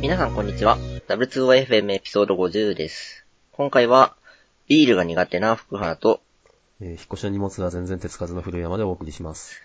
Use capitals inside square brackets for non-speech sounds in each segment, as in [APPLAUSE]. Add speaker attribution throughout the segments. Speaker 1: 皆さんこんにちは。W2YFM エピソード50です。今回は、ビールが苦手な福原と、
Speaker 2: えー引っ越しの荷物が全然手つかずの古山でお送りします。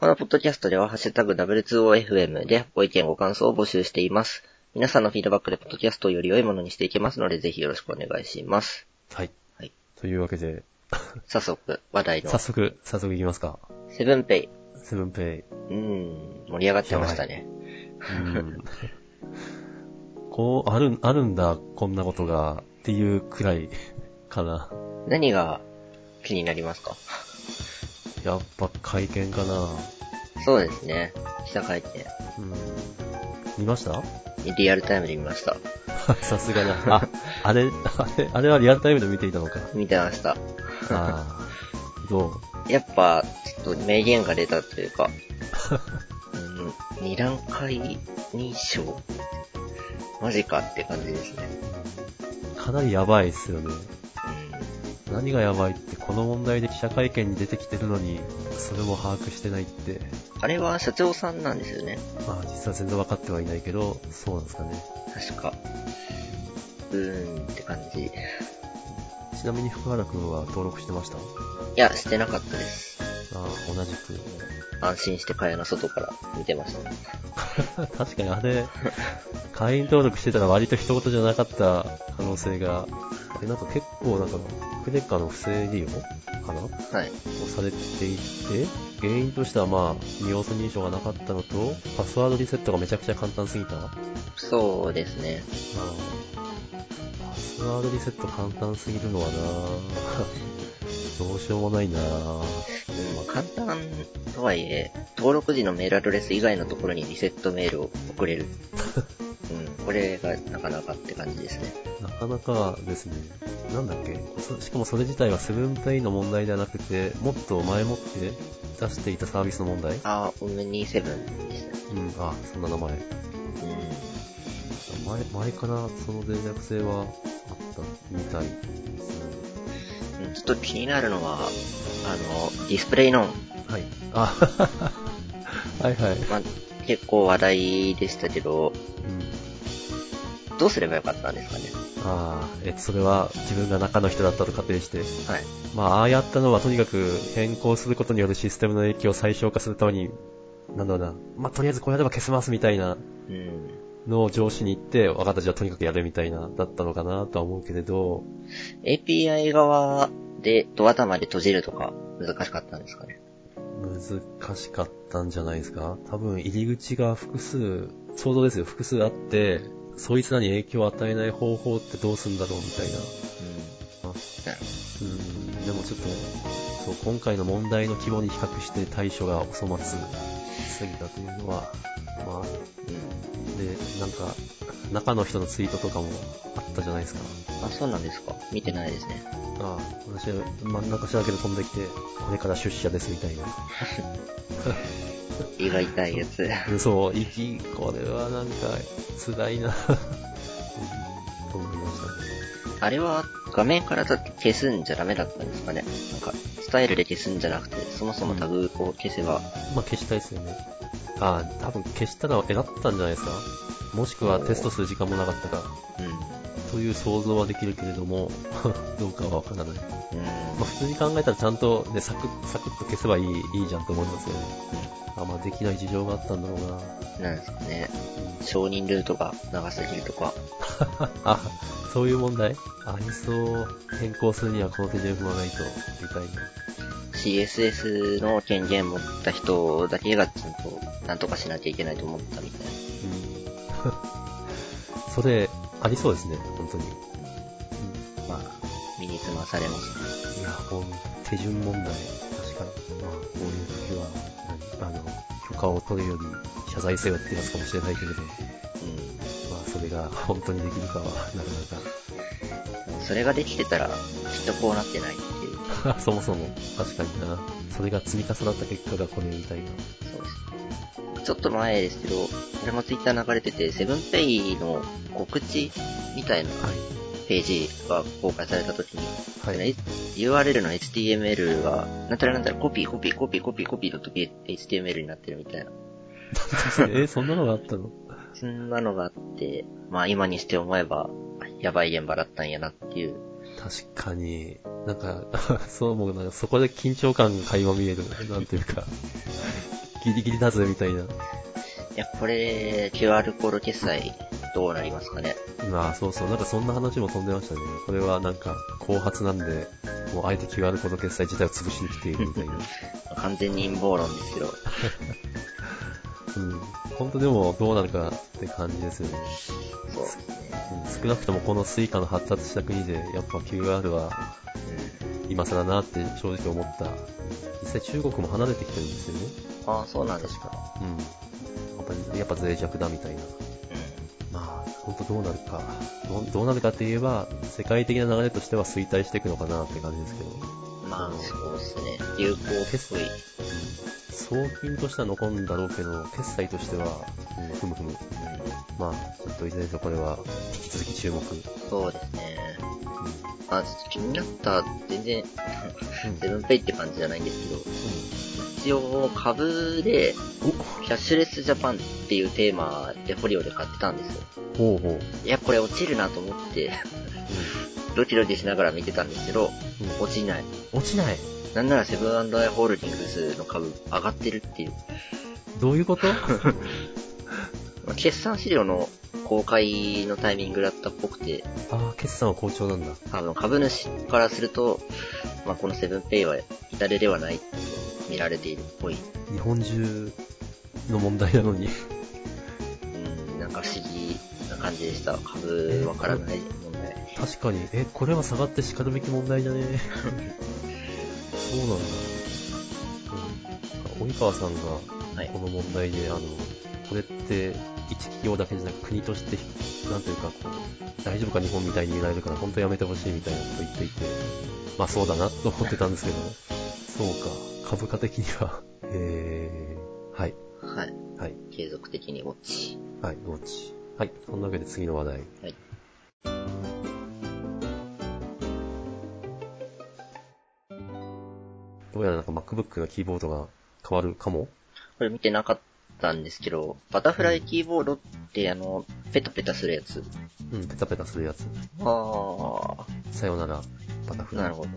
Speaker 1: このポッドキャストでは、ハッシュタグ W2OFM でご意見ご感想を募集しています。皆さんのフィードバックでポッドキャストをより良いものにしていけますので、ぜひよろしくお願いします。
Speaker 2: はい。
Speaker 1: はい
Speaker 2: というわけで、
Speaker 1: 早速、話題の
Speaker 2: 早、速、早速いきますか。
Speaker 1: セブンペイ。
Speaker 2: セブンペイ。
Speaker 1: うーん、盛り上がってましたね。
Speaker 2: うん
Speaker 1: [LAUGHS]
Speaker 2: こう、ある、あるんだ、こんなことが、っていうくらい、 [LAUGHS] かな。
Speaker 1: 何が気になりますか
Speaker 2: やっぱ会見かな。
Speaker 1: そうですね。記者会
Speaker 2: うん。見ました [LAUGHS]
Speaker 1: 見。リアルタイムで見ました。
Speaker 2: さすがだ。あ、あれ、あれ、あれはリアルタイムで見ていたのか。
Speaker 1: 見てました。
Speaker 2: ああ。どう
Speaker 1: やっぱ、ちょっと名言が出たというか、うん、二段階認証マジかって感じですね。
Speaker 2: かなりやばいっすよね。何がやばいって、この問題で記者会見に出てきてるのに、それも把握してないって、
Speaker 1: うん、あれは社長さんなんですよね。
Speaker 2: まあ実は全然分かってはいないけど、そうなんですかね。
Speaker 1: 確か。うーんって感じ。い
Speaker 2: ちなみに福原くんは登録してましたあ
Speaker 1: や、してなかったです。
Speaker 2: あ、同じく。
Speaker 1: 安心して蚊帳の外から見てました。
Speaker 2: 確かにあれ、 [LAUGHS] 会員登録してたら割と一言じゃなかった可能性が、あれなんか結構なんか、クネカの不正利用かな
Speaker 1: はい。
Speaker 2: をされていて、原因としてはまあ、二要素認証がなかったのと、パスワードリセットがめちゃくちゃ簡単すぎた。
Speaker 1: そうですね。
Speaker 2: パスワードリセット簡単すぎるのはな [LAUGHS] どうしようもないな
Speaker 1: うん、まあ簡単とはいえ、登録時のメールアドレス以外のところにリセットメールを送 [LAUGHS] れる。うん、これがなかなかって感じですね。
Speaker 2: なかなかですね。なんだっけそしかもそれ自体はセブンペイの問題ではなくて、もっと前もって出していたサービスの問題
Speaker 1: あー、オムニセブンでしたね。
Speaker 2: うん、あ、そんな名前。前、前からその脆弱性はあったみたいですね。
Speaker 1: うん。ちょっと気になるのは、あの、ディスプレイの、
Speaker 2: はい。あ、はいはい。
Speaker 1: まあ、結構話題でしたけど、
Speaker 2: うん
Speaker 1: どうすればよかったんですかね。
Speaker 2: ああ、えっと、それは自分が中の人だったと仮定して、
Speaker 1: はい。
Speaker 2: まあ、ああやったのはとにかく変更することによるシステムの影響を最小化するために、なんだろうな、まあ、とりあえずこれやれば消せますみたいな
Speaker 1: うん。
Speaker 2: のを上司に言って、わかった、じゃあとにかくやるみたいな、だったのかなとは思うけれど、
Speaker 1: API 側で、ドア玉で閉じるとか、難しかったんですかね。
Speaker 2: 難しかったんじゃないですか多分入り口が複数、想像ですよ、複数あって、そいつらに影響を与えない方法ってどうするんだろうみたいな。
Speaker 1: うん。なる
Speaker 2: うん、でもちょっと、そう、今回の問題の規模に比較して対処がお粗末すぎたというのは、まあ、
Speaker 1: ほど。うん。
Speaker 2: で、なんか、中の人のツイートとかもあったじゃないですか。
Speaker 1: あ、そうなんですか。見てないですね。
Speaker 2: ああ、私は真ん中しらけで飛んできて、これから出社ですみたいな。
Speaker 1: [LAUGHS] 胃が痛いやつ。
Speaker 2: で [LAUGHS] そう、息、これはなんか、辛 [LAUGHS] いな、うんと思いましたね。
Speaker 1: あれは画面からだって消すんじゃダメだったんですかね。なんか、スタイルで消すんじゃなくて、そもそもタグを消せば、
Speaker 2: まあ、消したいですよね。ああ、多分消したのは偉かったんじゃないですかもしくはテストする時間もなかったか。
Speaker 1: うん。
Speaker 2: という想像はできるけれども、 [LAUGHS] どうかはわからない。ま
Speaker 1: うん。
Speaker 2: あ、普通に考えたらちゃんと、ね、サクッ、サクッと消せばいい、いいじゃんと思いますよね。あ、まあ、できない事情があったんだろうな。
Speaker 1: なんですかね。承認ルートが長すぎるとか。
Speaker 2: あ、 [LAUGHS] そういう問題ありそう。変更するにはこの手順踏まないと、みたいな。
Speaker 1: CSS の権限持った人だけがちゃんとなんとかしなきゃいけないと思ったみたいな。
Speaker 2: うん。 [LAUGHS] それ、ありそうですね、本当に。
Speaker 1: まあ、身につまされますね。
Speaker 2: いや、ほん、手順問題、確かに。まあ、こういう時は、あの、許可を取るより謝罪せよってやつかもしれないけれど。まあ、それが本当にできるかは、な [LAUGHS] か
Speaker 1: うん。それができてたら、きっとこうなってないっていう。
Speaker 2: なか。そもそも、確かにな。それが積み重なった結果がこれみたいな。
Speaker 1: そうです。ちょっと前ですけど、これもツイッター流れてて、セブンペイの告知みたいな
Speaker 2: はい。
Speaker 1: ページが公開された時に、
Speaker 2: はい。
Speaker 1: ね URL の HTML が、なんたらなんたらコピーコピーコピーコピーコピーの時 HTML になってるみたいな。
Speaker 2: え、そんなのがあったの
Speaker 1: そんなのがあって、まあ今にして思えば、やばい現場だったんやなっていう。
Speaker 2: 確かに、なんか、 [LAUGHS] そうもうなんかそこで緊張感が垣間見える。なんていうか、ギリギリだぜみたいな。
Speaker 1: いや、これ、QR コード決済、どうなりますかね。
Speaker 2: まあそうそう、なんかそんな話も飛んでましたね。これはなんか、後発なんで、もうあえて QR コード決済自体を潰しに来ているみた [LAUGHS] いな。
Speaker 1: 完全に陰謀論ですけど。
Speaker 2: うん。本当でもどうなるかって感じですよね。
Speaker 1: そうですね。
Speaker 2: うん、少なくともこのスイカの発達した国で、やっぱ QR は今更なって正直思った。実際中国も離れてきてるんですよね。
Speaker 1: うん。ああ、そうなんですか。
Speaker 2: うん。やっぱ脆弱だみたいな。
Speaker 1: う
Speaker 2: まあ、本当どうなるか。どうどうなるかって言えば、世界的な流れとしては衰退していくのかなって感じですけど。
Speaker 1: ん。まあ、そうですね。流行っぽい。
Speaker 2: 送金としては残るんだろうけど、決済としては、うん、ふむふむ。まあ、ちょっといずれにせよこれは、引き続き注目。
Speaker 1: そうですね。
Speaker 2: うん。
Speaker 1: あ、ちょっと気になった、全然、
Speaker 2: うん
Speaker 1: セブンペイって感じじゃないんですけど、一応株で、キャッシュレスジャパンっていうテーマでホリオで買ってたんですよ。
Speaker 2: おほうほう。
Speaker 1: いや、これ落ちるなと思って、 [LAUGHS] ドキドキしながら見てたんですけど、
Speaker 2: うんうん
Speaker 1: 落ちない。
Speaker 2: 落ちない。
Speaker 1: なんならセブンアイ・ホールディングスの株上がってるっていう。
Speaker 2: どういうこと [LAUGHS]
Speaker 1: まあ決算資料の公開のタイミングだったっぽくて、
Speaker 2: ああ、決算は好調なんだ。
Speaker 1: 多分株主からすると、まあ、このセブンペイは痛手ではないと見られているっぽい。
Speaker 2: 日本中の問題なのに。
Speaker 1: うん、なんか不思議な感じでした。株わからない問題。
Speaker 2: 確かに、え、これは下がって叱るべき問題じゃねそうなんだ。うん。及川さん
Speaker 1: は
Speaker 2: が、
Speaker 1: い
Speaker 2: この問題で、あの、これって、一企業だけじゃなく国として、なんというか、こう、大丈夫か日本みたいに言われるから、本当やめてほしいみたいなこと言っていて、まあそうだなと思ってたんですけど、そうか、株価的には、 [LAUGHS] えー、はい、
Speaker 1: はい。
Speaker 2: はい、
Speaker 1: 継続的に落ち。
Speaker 2: はい、ゴーチ。はい、そんなわけで次の話題。
Speaker 1: はい。
Speaker 2: どうやらなんか MacBook のキーボードが変わるかも
Speaker 1: これ見てなかったんですけど、バタフライキーボードってあの、ペタペタするやつ。
Speaker 2: うん、ペタペタするやつ。
Speaker 1: ああ、
Speaker 2: さよなら、バタフラ
Speaker 1: な
Speaker 2: イ
Speaker 1: る。ほど。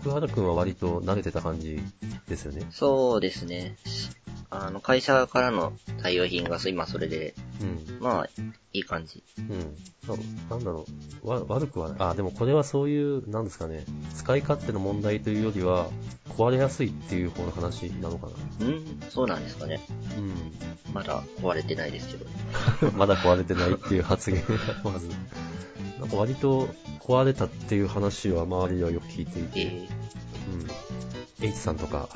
Speaker 2: 福原くんは割と慣れてた感じですよね。
Speaker 1: そうですね。あの、会社からの対応品がそう今それで、
Speaker 2: うん。
Speaker 1: まあ、いい感じ。
Speaker 2: うん。あなんだろう。わ悪くはない。あ、でもこれはそういう、なんですかね。使い勝手の問題というよりは、壊れやすいっていう方の話なのかな。
Speaker 1: うん、そうなんですかね。
Speaker 2: う
Speaker 1: まだ壊れてないですけど。
Speaker 2: ん。 [LAUGHS] まだ壊れてないっていう発言が、まず。なんか割と壊れたっていう話は周りではよく聞いてい
Speaker 1: え
Speaker 2: て。
Speaker 1: ー、
Speaker 2: うん。H さんとか、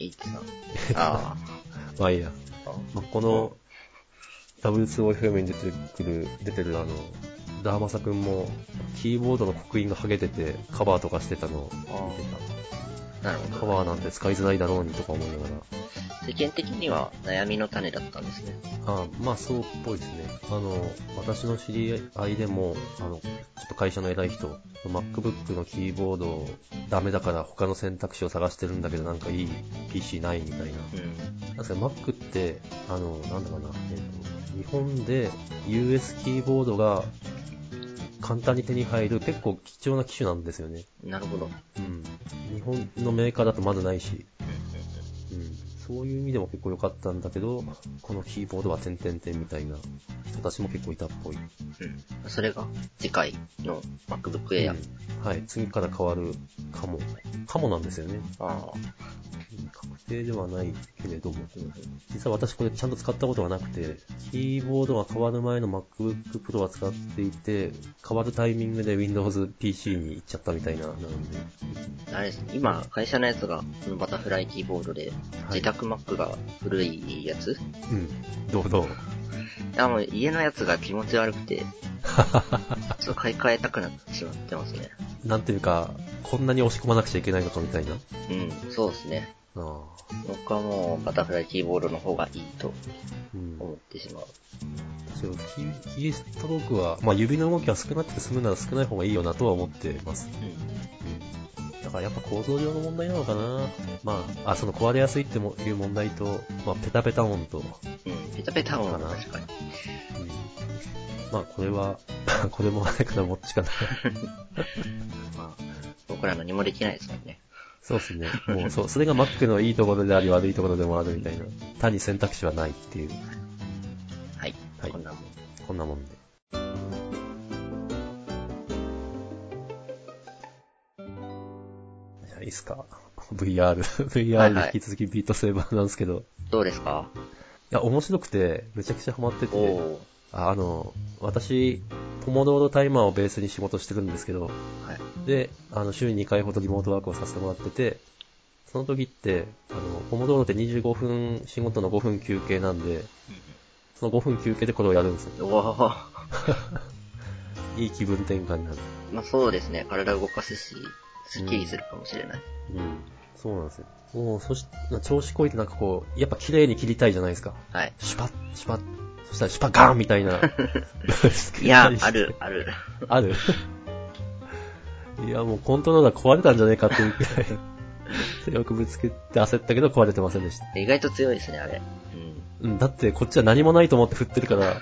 Speaker 1: H [LAUGHS] さん。あ
Speaker 2: まあいいや。
Speaker 1: ーあ。
Speaker 2: まあ、この W2OFM に出てくる、出てるあの、ダーマサ君も、キーボードの刻印が剥げてて、カバーとかしてたのを見て
Speaker 1: なる
Speaker 2: た。
Speaker 1: ほ
Speaker 2: カ
Speaker 1: ど。
Speaker 2: バーなんて使いづらいだろうにとか思いながら。
Speaker 1: 世間的には悩みの種だったんですね。
Speaker 2: あまあ、そうっぽいですね。あの、私の知り合いでも、あの、ちょっと会社の偉い人、MacBook のキーボードダメだから他の選択肢を探してるんだけど、なんかいい PC ないみたいな。
Speaker 1: うん。
Speaker 2: 確かに Mac って、あの、なんだかな、えーと日本で US キーボードが簡単に手に入る結構貴重な機種なんですよね。
Speaker 1: なるほど。
Speaker 2: うん。日本のメーカーだとまだないし、うん。そういう意味でも結構良かったんだけど、このキーボードは点々点みたいな人たちも結構いたっぽい。
Speaker 1: うん。それが次回の MacBook
Speaker 2: え
Speaker 1: Air。
Speaker 2: はい。次から変わるかも。かもなんですよね。
Speaker 1: ああ。
Speaker 2: うん確定ではないけれども。実は私これちゃんと使ったことがなくて、キーボードが変わる前の MacBook Pro は使っていて、変わるタイミングで Windows PC に行っちゃったみたいな、なので。
Speaker 1: あれですね、今、会社のやつが、このバタフライキーボードで、自宅 Mac が古いやつ、
Speaker 2: うん。どうどう
Speaker 1: あ、もう家のやつが気持ち悪く [LAUGHS] て、ちょっと買い替えたくなってしまってますね。
Speaker 2: なんていうか、こんなに押し込まなくちゃいけないのかみたいな。
Speaker 1: うん、そうですね。
Speaker 2: ああ。
Speaker 1: 僕はもう、バタフライキーボードの方がいいと
Speaker 2: うん。
Speaker 1: 思ってしまう。
Speaker 2: そうキーキーストロークは、まあ指の動きが少なくて済むなら少ない方がいいよなとは思ってます。
Speaker 1: うん。
Speaker 2: だからやっぱ構造上の問題なのかな。まあ、あ、その壊れやすいってもいう問題と、まあ、ペタペタ音と、
Speaker 1: うん。ペタペタ音は
Speaker 2: かな
Speaker 1: 確かに。
Speaker 2: うんまあ、これは、 [LAUGHS] これもあれかな、もっちかな。
Speaker 1: まあ、僕ら何もできないですもんね。
Speaker 2: そうですね。もう、そう、それが Mac のいいところであり、悪いところでもあるみたいな。単に選択肢はないっていう、
Speaker 1: はい。
Speaker 2: はい
Speaker 1: こんなもん。
Speaker 2: こんなもんで。じゃあ、いいっすか ?VR。 [LAUGHS]
Speaker 1: はい
Speaker 2: VR で引き続きビートセーバーなんですけど。い
Speaker 1: どうですか
Speaker 2: や、面白くて、めちゃくちゃハマってて。
Speaker 1: おお
Speaker 2: ああの、私、ポモドーロタイマーをベースに仕事してるんですけど、
Speaker 1: ー。はい。
Speaker 2: で、あの、週に2回ほどリモートワークをさせてもらってて、その時って、あの、ポモドーロって25分、仕事の5分休憩なんで、その5分休憩でこれをやるんですよ。
Speaker 1: おおー。 [LAUGHS]
Speaker 2: いい気分転換になる。
Speaker 1: まあそうですね。体動かすし、スッキリするかもしれない。
Speaker 2: うん。そうなんですよ。もう、そし、調子こいてなんかこう、やっぱ綺麗に切りたいじゃないですか。
Speaker 1: はい。
Speaker 2: シュパッ、シュパッ、そしたらシュパッガーンみたいな。
Speaker 1: い
Speaker 2: [LAUGHS]
Speaker 1: や、ある、ある。
Speaker 2: あるいや、もうコントローラー壊れたんじゃねえかっていうくらい強くぶつけて焦ったけど壊れてませんでした。
Speaker 1: 意外と強いですね、あれ。うん。
Speaker 2: うん、だってこっちは何もないと思って振ってるから。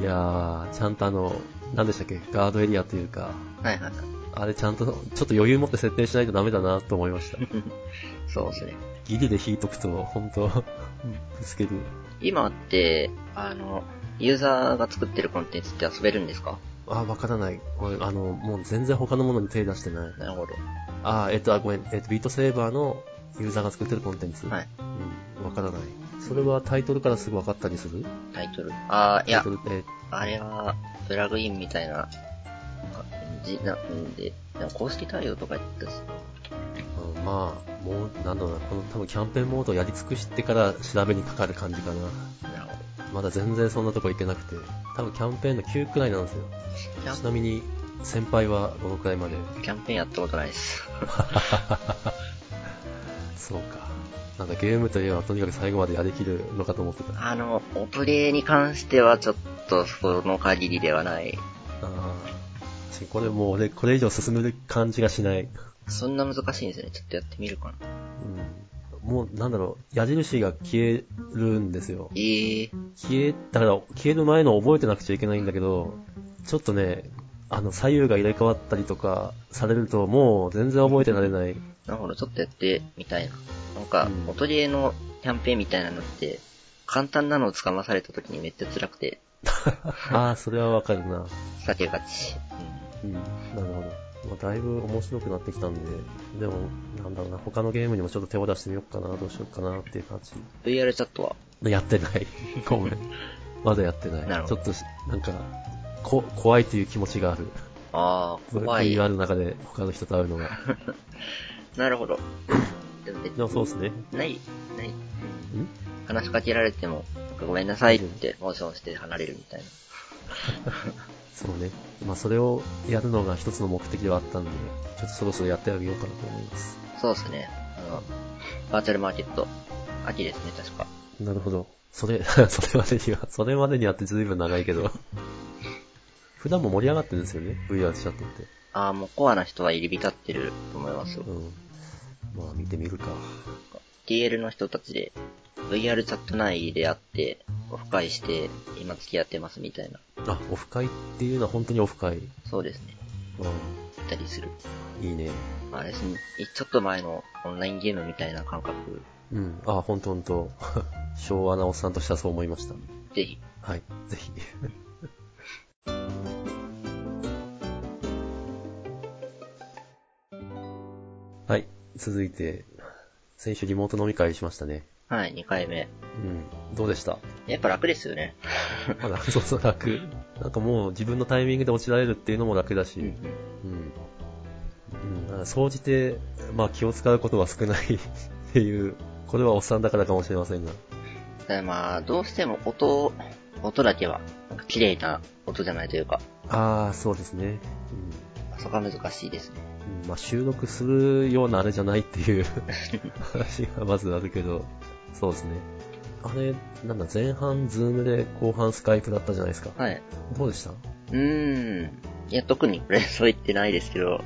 Speaker 2: いやー、ちゃんとあの、何でしたっけ、ガードエリアというか、
Speaker 1: はいはいはい。
Speaker 2: あれちゃんと、ちょっと余裕持って設定しないとダメだなと思いました。
Speaker 1: そうですね。
Speaker 2: ギリで引いとくと、ほんと、ぶつける。
Speaker 1: 今って、あの、ユーザーが作ってるコンテンツって遊べるんですか
Speaker 2: あー、わからない。これ、あの、もう全然他のものに手出してない。
Speaker 1: なるほど。
Speaker 2: あー、えっと、あ、ごめん、えっと、ビートセーバーのユーザーが作ってるコンテンツ。
Speaker 1: はい。
Speaker 2: うん、わからない。それはタイトルからすぐ分かったりする
Speaker 1: タイトル。あー、い
Speaker 2: タイ
Speaker 1: や
Speaker 2: ト、ルって、
Speaker 1: あれは、プラグインみたいな、じなんで、でも公式対応とか言ったし、
Speaker 2: うんまあ、もう、なんだろうな、この多分キャンペーンモードをやり尽くしてから調べにかかる感じかな。
Speaker 1: なるほ
Speaker 2: まだ全然そんなとこ行けなくて、多分キャンペーンの9くらいなんですよ。
Speaker 1: キャン
Speaker 2: ちなみに、先輩はどのくらいまで
Speaker 1: ど。キャンペーンやったことないです。
Speaker 2: そうか。なんかゲームといえばとにかく最後までやりきるのかと思ってた。あ
Speaker 1: あの、オプレイに関してはちょっとその限りではない。
Speaker 2: あー。これもう俺、これ以上進める感じがしない。
Speaker 1: そんな難しいんですね。ちょっとやってみるかな。
Speaker 2: うんもう、なんだろう、矢印が消えるんですよ。
Speaker 1: えー、
Speaker 2: 消え、だから、消える前の覚えてなくちゃいけないんだけど、ちょっとね、あの、左右が入れ替わったりとかされると、もう全然覚えてられない。
Speaker 1: なるほど。ちょっとやってみたいな。なんか
Speaker 2: う、ん
Speaker 1: オトリエのキャンペーンみたいなのって、簡単なのを捕まされた時にめっちゃ辛くて、
Speaker 2: ああ、それはわかるな。
Speaker 1: 避けがち。
Speaker 2: うん。なるほど。まあ、だいぶ面白くなってきたんで、でも、なんだろうな、他のゲームにもちょっと手を出してみようかな、どうしようかなっていう感じ。
Speaker 1: うん VR チャットは
Speaker 2: [LAUGHS] やってない。 [LAUGHS] ごめん。まだやってない。
Speaker 1: なるほど
Speaker 2: ちょっとし、なんか、こ、怖いという気持ちがある。
Speaker 1: ああ、怖い。
Speaker 2: VR の中で他の人と会う [LAUGHS] のが。
Speaker 1: なるほど。でも別
Speaker 2: でも
Speaker 1: に
Speaker 2: そうですね。
Speaker 1: ない、ない。
Speaker 2: ん
Speaker 1: 話しかけられても、ごめんなさいって、モーションして離れるみたいな。
Speaker 2: そうね。まあ、それをやるのが一つの目的ではあったんで、ちょっとそろそろやってあげようかなと思います。
Speaker 1: そうですね。あの、バーチャルマーケット、秋ですね、確か。
Speaker 2: なるほど。それ、 [LAUGHS] それまでには、それまでにはって随分長いけど。普段も盛り上がってるんですよね、VR チャットって。
Speaker 1: ああ、もうコアな人は入り浸ってると思いますよ。
Speaker 2: うん。まあ、見てみるか。
Speaker 1: TL の人たちで、VR チャット内であって、オフ会して、今付き合ってますみたいな。
Speaker 2: あ、オフ会っていうのは本当にオフ会。
Speaker 1: そうですね。
Speaker 2: う
Speaker 1: 行ったりする。
Speaker 2: ん。いいね。
Speaker 1: まあ、あれですね。ちょっと前のオンラインゲームみたいな感覚。
Speaker 2: うん。あ、ほんとほんと。 [LAUGHS] 昭和なおっさんとしてはそう思いました。
Speaker 1: ぜひ。
Speaker 2: はい、ぜひ。 [LAUGHS] はい、続いて、先週リモート飲み会しましたね。
Speaker 1: はい、2回目。
Speaker 2: うん、どうで [LAUGHS] した
Speaker 1: やっぱ楽ですよね。
Speaker 2: まだ、そうそう、楽。なんかもう自分のタイミングで落ちられるっていうのも楽だし、うん。うん、なんか総じて、まあ気を使うことは少ない [LAUGHS] っていう、これはおっさんだからかもしれませんが。
Speaker 1: ただまあ、どうしても音、音だけは、なんか綺麗な音じゃないというか、
Speaker 2: ああ、そうですね。うん
Speaker 1: そこは難しいですね。
Speaker 2: うんまあ、収録するようなあれじゃないって [LAUGHS] いう話がまずあるけど、そうですね。あれ、なんだ、前半ズームで後半スカイプだったじゃないですか。
Speaker 1: はい。
Speaker 2: どうでした
Speaker 1: うーん。いや、特にこれ、そう言ってないですけど、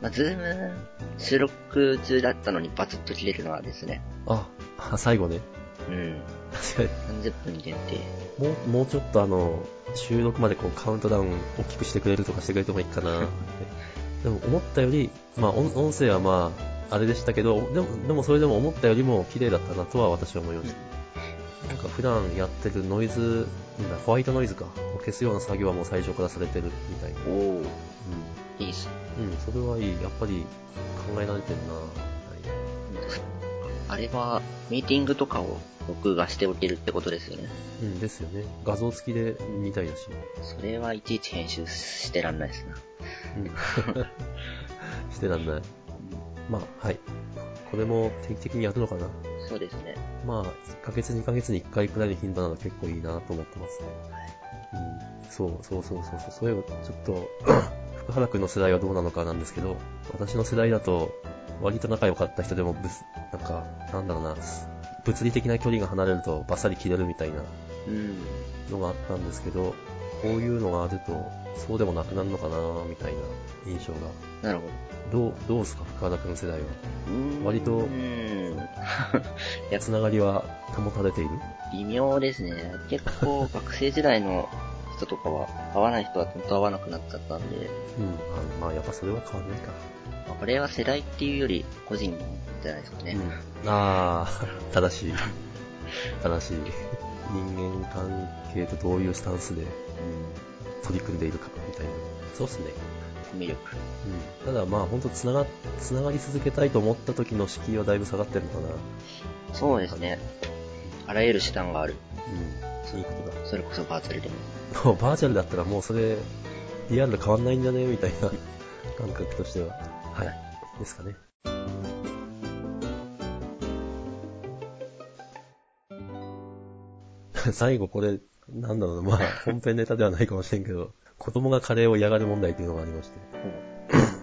Speaker 1: まあ、ズーム収録中だったのにバツッと切れるのはですね。
Speaker 2: あ、あ最後ね。
Speaker 1: うん。
Speaker 2: 確かに。
Speaker 1: 30分限定。
Speaker 2: もう、もうちょっとあの、収録までこうカウントダウン大きくしてくれるとかしてくれてもいいかなって。でも思ったより、まあ音音声はまあ、あれでしたけど、でも、でもそれでも思ったよりも綺麗だったなとは私は思いました。なんか普段やってるノイズ、なんだ、ホワイトノイズか。を消すような作業はもう最初からされてるみたいな。
Speaker 1: おおいいっす。
Speaker 2: うん。うん、それはいい。やっぱり考えられてるな
Speaker 1: あれは、ミーティングとかを録画しておけるってことですよね。
Speaker 2: うん、ですよね。画像付きで見たいだし。
Speaker 1: それはいちいち編集してらんないですな。
Speaker 2: うん。 [LAUGHS] してらんない。まあ、はい。これも定期的にやるのかな。
Speaker 1: そうですね。
Speaker 2: まあ、1ヶ月、2ヶ月に1回くらいの頻度なの結構いいなと思ってますね。うん、そうそうそうそうそう。そういえば、ちょっと、 [COUGHS] 福原くんの世代はどうなのかなんですけど、私の世代だと、割と仲良かった人でもぶつ、なんか、なんだろうな、物理的な距離が離れるとバッサリ切れるみたいな
Speaker 1: うん。
Speaker 2: のがあったんですけど、こういうのがあると、そうでもなくなるのかなみたいな印象が。
Speaker 1: なるほど。
Speaker 2: どう、どうですか、福原くんの世代は。
Speaker 1: うーん
Speaker 2: 割と
Speaker 1: うーん。や
Speaker 2: つながりは保たれている
Speaker 1: 微妙ですね。結構学生時代の人とかは、会わない人は本当会わなくなっちゃったんで、
Speaker 2: うん。あまあ、やっぱそれは変わんないか。
Speaker 1: まあこれは世代っていうより個人じゃないですかね。
Speaker 2: うん。ああ、正しい。正しい。人間関係とどういうスタンスで取り組んでいるか、みたいな。そうっすね。
Speaker 1: 魅力。
Speaker 2: うん。ただまあ、ほんとつなが、つながり続けたいと思った時の敷居はだいぶ下がってるのかな。
Speaker 1: そうですね。あらゆる手段がある。
Speaker 2: うん。そういうことだ。
Speaker 1: それこそバーチャルで
Speaker 2: [LAUGHS]
Speaker 1: も。
Speaker 2: もうバーチャルだったらもうそれ、リアルと変わんないんじゃねみたい [LAUGHS] な感覚としては。はい。ですかね。 [LAUGHS] 最後これ、なんだろう [LAUGHS] な、まあ、本編ネタではないかもしれんけど、子供がカレーを嫌がる問題っていうのがありまして。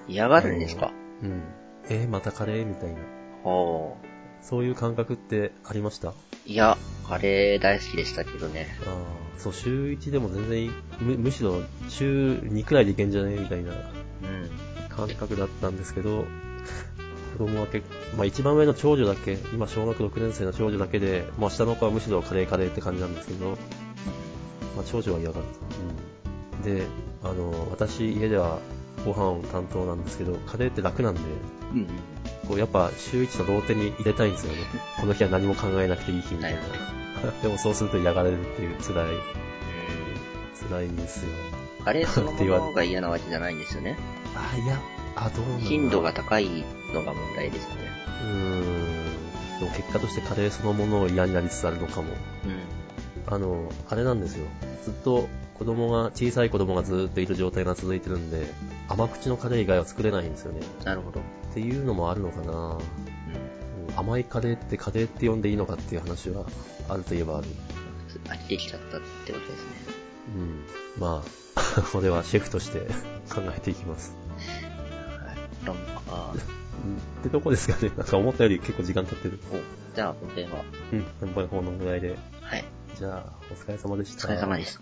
Speaker 1: 嫌がるんですか
Speaker 2: うん。えーまたカレーみたいな。
Speaker 1: ほう。
Speaker 2: そういう感覚ってありました
Speaker 1: いや、カレー大好きでしたけどね。
Speaker 2: ああ、そう、週1でも全然いいむ、むしろ週2くらいでいけんじゃねみたいな
Speaker 1: うん。
Speaker 2: 感覚だったんですけど、子供は結構、まあ一番上の長女だけ、今小学6年生の長女だけで、まあ下の子はむしろカレーカレーって感じなんですけど、まあ長女は嫌がる。で、あの、私家ではご飯を担当なんですけど、カレーって楽なんで、
Speaker 1: うん。
Speaker 2: こうやっぱ週1の同点に入れたいんですよね。この日は何も考えなくていい日みたいな
Speaker 1: は。
Speaker 2: [LAUGHS] でもそうすると嫌がられるっていう辛い、辛いんですよ。
Speaker 1: うん。カレーそのものが嫌なわけじゃないんですよね。
Speaker 2: あ、いや、あ、どうなんだろう
Speaker 1: 頻度が高いのが問題ですよね。
Speaker 2: うーん。でも結果としてカレーそのものを嫌になりつつあるのかも。
Speaker 1: うん。
Speaker 2: あの、あれなんですよ。ずっと子供が、小さい子供がずっといる状態が続いてるんで、甘口のカレー以外は作れないんですよね。
Speaker 1: なるほど。
Speaker 2: っていうのもあるのかな
Speaker 1: うん。
Speaker 2: うん甘いカレーってカレーって呼んでいいのかっていう話はあるといえばある。
Speaker 1: 飽きてきちゃったってことですね。
Speaker 2: うん。まあ、 [LAUGHS] これはシェフとして考えていきます。
Speaker 1: はい。論破か。
Speaker 2: うんってとこですかね。なんか思ったより結構時間経ってる。
Speaker 1: お、じゃあ本編は。
Speaker 2: うん。本番このぐらいで。
Speaker 1: はい。
Speaker 2: じゃあ、お疲れ様でし
Speaker 1: お
Speaker 2: た。
Speaker 1: 疲れ様でした。